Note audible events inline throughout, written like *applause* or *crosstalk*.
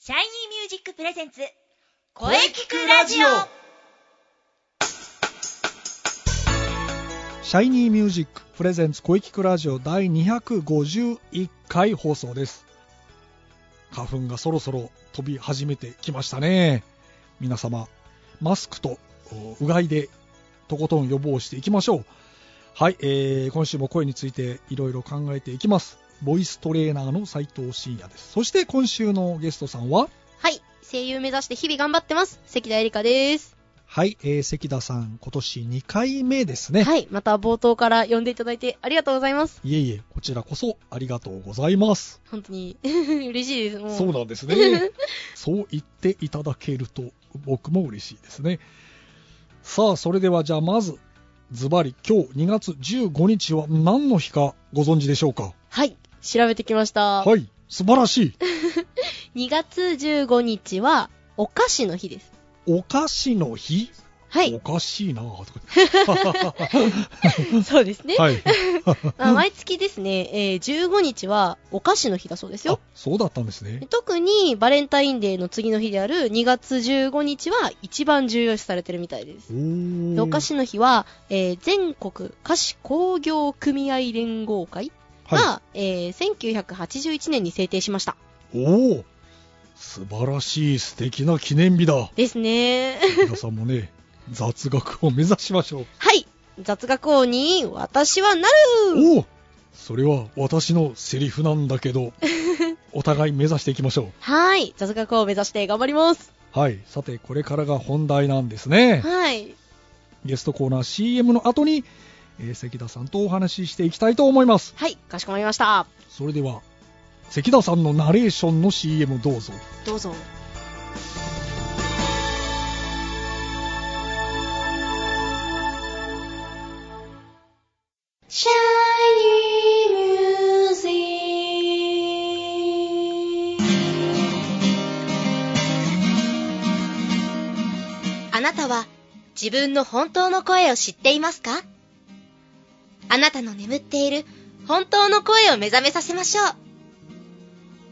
シャイニーミュージックプレゼンツ声聞くラジオシャイニーミュージックプレゼンツ声聞くラジオ第251回放送です。花粉がそろそろ飛び始めてきましたね。皆様、マスクとおうがいでとことん予防していきましょう。はい、えー今週も声についていろいろ考えていきます。ボイストレーナーの斉藤真也です。そして今週のゲストさんははい、声優目指して日々頑張ってます。関田絵里香です。はい、えー関田さん、今年2回目ですね。はい、また冒頭から呼んでいただいてありがとうございます。いえいえ、こちらこそありがとうございます。本当に *laughs* 嬉しいです。もうそうなんです *laughs* ね。そう言っていただけると僕も嬉しいですね。さあ、それではじゃあまず、ズバリ今日2月15日は何の日かご存知でしょうかはい、調べてきました。はい、素晴らしい。 2月15日はお菓子の日です。お菓子の日、はい、おかしいなぁとか。 *laughs* そうですね。はい。あ毎月ですね、えー15日はお菓子の日だそうですあよ。、そうだったんですね。特にバレンタインデーの次の日である2月15日は一番重要視されてるみたいですお。ーお菓子の日は、えー全国菓子工業組合連合会が、はえー1981年に制定しました。い。おお素晴らしい素敵な記念 *laughs* 日だ。ですね。皆さんもね、雑学を目指しましょう。はい。雑学王に私はなるおおそれは私のセリフなんだけ *laughs* どお互い目指していきましょはい。雑学王を目指して頑張ります。うはいさてこれからが本題なんですねはい。ゲストコーナー CM の後に、えー関田さんとお話ししていきたいと思いますはい。かしこまりました。それでは関田さんのナレーションの CM どうぞどうぞ。シャイニーミュージックあなたは自分の本当の声を知っていますかあなたの眠っている本当の声を目覚めさせましょう。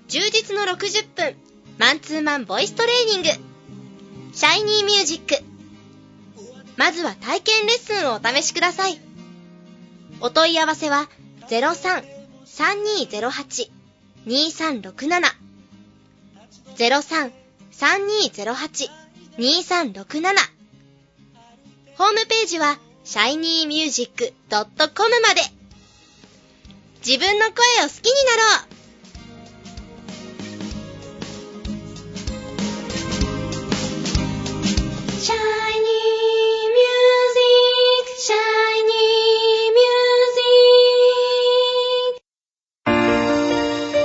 充実の60分、マンツーマンボイストレーニング、シャイニーミュージック。まずは体験レッスンをお試しください。お問い合わせは03-3208-2367。03-3208-2367。2367ホームページは shinymusic.com まで自分の声を好きになろうシャイニーミュージックシャイニーミュージッ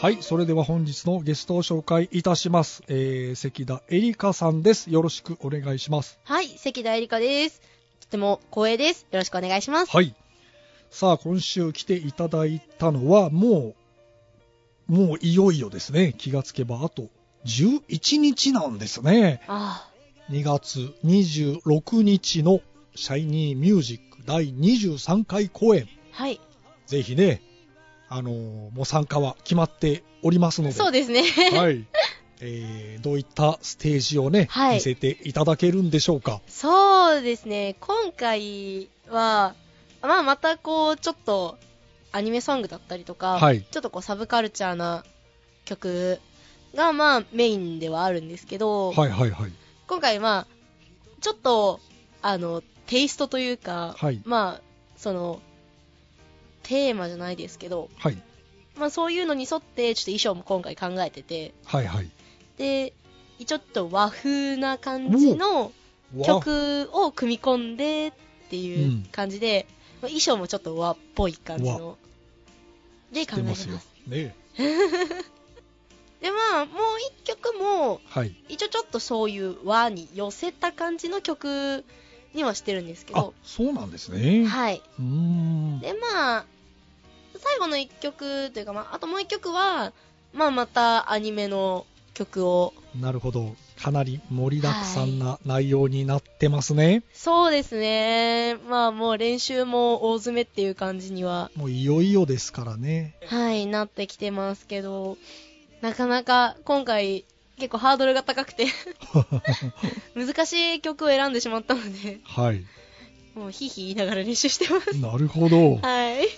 クはいそれでは本日のゲストを紹介いたします、えー関田絵里香さんですよろしくお願いしますはい、関田絵里香です。とても光栄です。よろしくお願いします。はい。さあ、今週来ていただいたのは、もう、もういよいよですね。気がつけば、あと11日なんですね。あ2月26日のシャイニーミュージック第23回公演。あ、はい。ぜひね、あのーもう参加は決まっておりますので。そうですね。 *laughs* はい。えーどういったステージをね、はい見せていただけるんでしょうか。そうですね。今回は、まあまたこう、ちょっとアニメソングだったりとか、はいちょっとこうサブカルチャーな曲がまあメインではあるんですけど、はいはいはい。今回まあちょっとあのテイストというか、はいまあそのテーマじゃないですけど、はい。まあ、そういうのに沿ってちょっと衣装も今回考えててはいはい。でちょっと和風な感じのわ曲を組み込んでっていううん感じで、まあ衣装もちょっと和っぽい感じので考えて出まますすよ。ね。でまあもう一曲もはい。一応ちょっとそういう和に寄せた感じの曲にはしてるんですけあど、そうなんですね。はい。うーん。で、まあ、最後の一曲というか、まあ、あともう一曲は、まあ、またアニメの曲を、なるほど。かなり盛りだくさんな内容になってますね。そうですね。まあ、もう練習も大詰めっていう感じには、 *laughs* もういよいよですからね。はい、なってきてますけど、なかなか今回結構ハードルが高くて *laughs* 難しい曲を選んでしまったのではい。もうヒーヒー言いながら練習してますなるほど。はい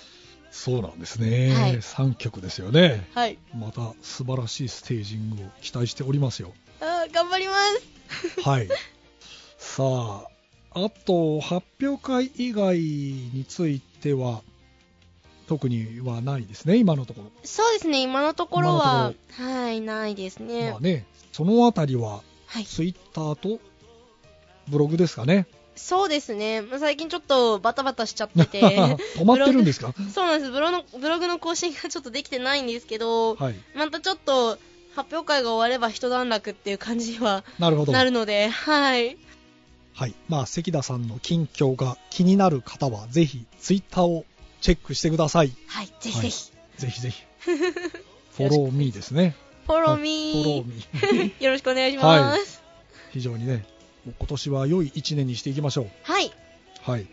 そうなんですね。はい3曲ですよね。はいまた素晴らしいステージングを期待しておりま *laughs* すよ。あー頑張りますはい。さあ、あと、発表会以外については、特にはないですね、今のところ。そうですね今のところは今のとはいないですね,、まあね、そのあたりは、はいツイッターとブログですかね。そうですねまあ最近ちょっとバタバタしちゃってて *laughs* 止まってるんですかブログそうなんですブロのブログの更新がちょっとできてないんですけど、はい。またちょっと発表会が終われば一段落っていう感じにはなるほど。なるのではいはい。まあ、関田さんの近況が気になる方は、ぜひ、ツイッターをチェックしてください。はいぜひぜひ、ぜひぜひ。フォローミーですね。 *laughs* フォローミはいフォローーミ *laughs* ー。よろしくお願いします。非常にね、もう今年は良い一年にしていきましょう。はい。はい。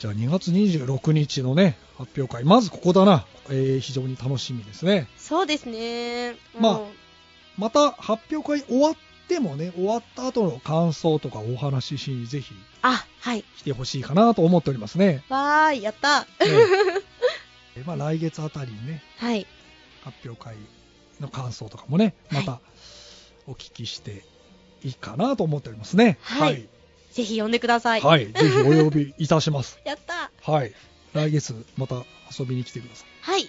じゃあ2月26日のね、発表会。まずここだな。えー非常に楽しみですね。そうですね。まあもうまた発表会終わってもね、終わった後の感想とかお話ししにぜひあ、はい。来てほしいかなと思っております *laughs* ね。わーい、やった。ねえまあ来月あたりにね、はい。発表会の感想とかもね、まはたお聞きしていいかなと思っておりますね。はいぜひ呼んでくださ。はいい。はい。ぜひお呼びいたします。やった。はい。来月また遊びに来てくださはい。い。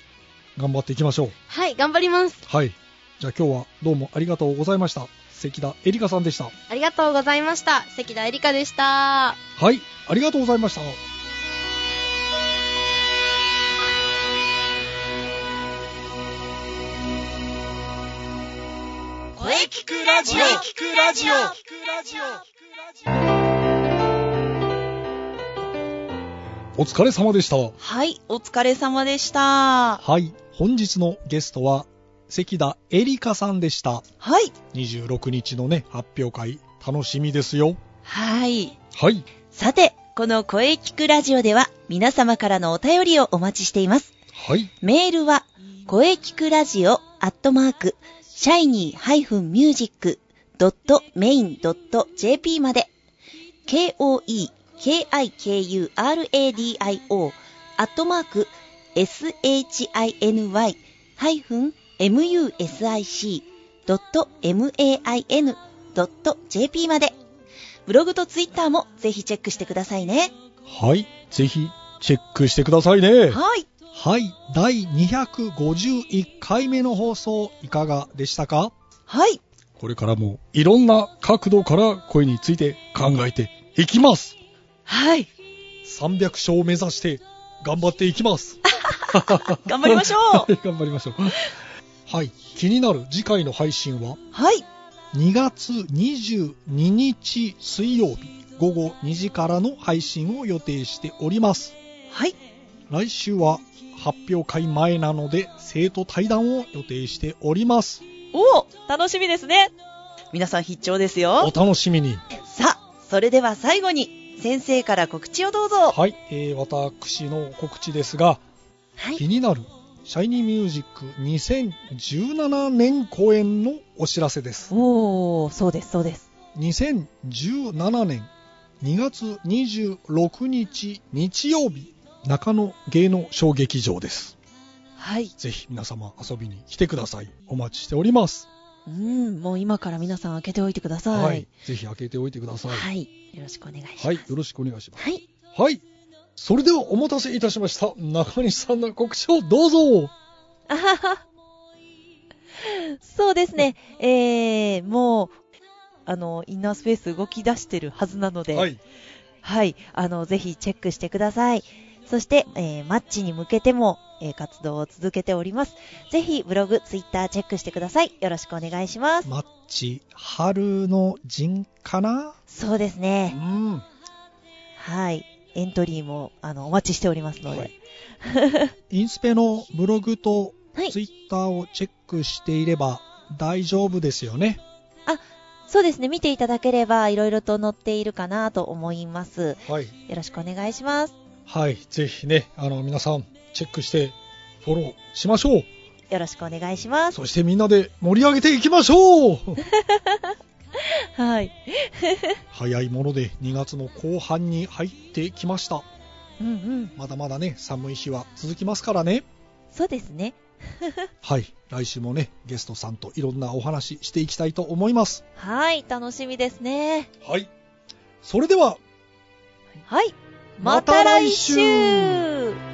頑張っていきましょう。はい、頑張ります。はい。じゃあ今日はどうもありがとうございました。関田エリカさんでした。ありがとうございました。関田エリカでした。はい。ありがとうございました。声聞くラジオ声聞くラジオお疲れ様でした。はい、お疲れ様でした。ははい。本日のゲストは関田エリカさんでした。い。 26日のね、発表会、楽しみですよ。はい。はい。さて、この声聞くラジオでは皆様からのお便りをお待ちしています。はい。メールは、声聞くラジオアットマーク、シャイニー -music.main.jp まで、k-o-e-k-i-k-u-r-a-d-i-o アットマーク、shiny-music.main.jp まで、ブログとツイッターもぜひチェックしてくださいね。はい。ぜひ、チェックしてくださいね。はい。はい。第251回目の放送、いかがでしたかはい。これからもいろんな角度から声について考えていきます。はい。 300勝を目指して頑張っていきます。頑張りましょうはい *laughs* 頑張りましょう。はい。気になる次回の配信は *laughs* はい。 2月22日水曜日午後2時からの配信を予定しております。はい。来週は発表会前なので生徒対談を予定しております。おお楽しみですね皆さん必聴ですおよ楽しみに。さあそれでは最後に先生から告知をどうぞはい、えー私の告知ですが、はい気になるシャイニーミュージック2017年公演のお知らせです。おおそうですそうです2017年2月26日日曜日、中野芸能小劇場です。はいぜひ皆様遊びに来てください。お待ちしております。うんもう今から皆さん開けておいてくださいはい、ぜひ開けておいてください。はい、よろしくお願いします、よろしくお願いします。はい。はい。それではお待たせいたしました。中西さんの告知をどうぞ。あはは *laughs* そうですねえー、もうあのインナースペース動き出してるはずなので、はい。はい、あの、ぜひチェックしてください。そして、えーマッチに向けても、えー活動を続けております。ぜひ、ブログ、ツイッターチェックしてください。よろしくお願いします。マッチ、春の陣かなそうですうね。ん。はい。エントリーも、あの、お待ちしておりますの *laughs* で。はいインスペのブログとはいツイッターをチェックしていれば大丈夫ですよね。そうですね。見ていただければ、いろいろと載っているかなと思います。はい。よろしくお願いします。はい。ぜひね、あの、皆さん、チェックしてフォローしましょう。よろしくお願いします。そしてみんなで盛り上げていきまし *laughs* ょうはい。早いもので2月の後半に入ってきましたうんうん。まだまだね寒い日は続きますからねそうですね。はい来週もねゲストさんといろんなお話ししていきたいと思いますはい。楽しみですね。はいそれでははい。ままたた来来週週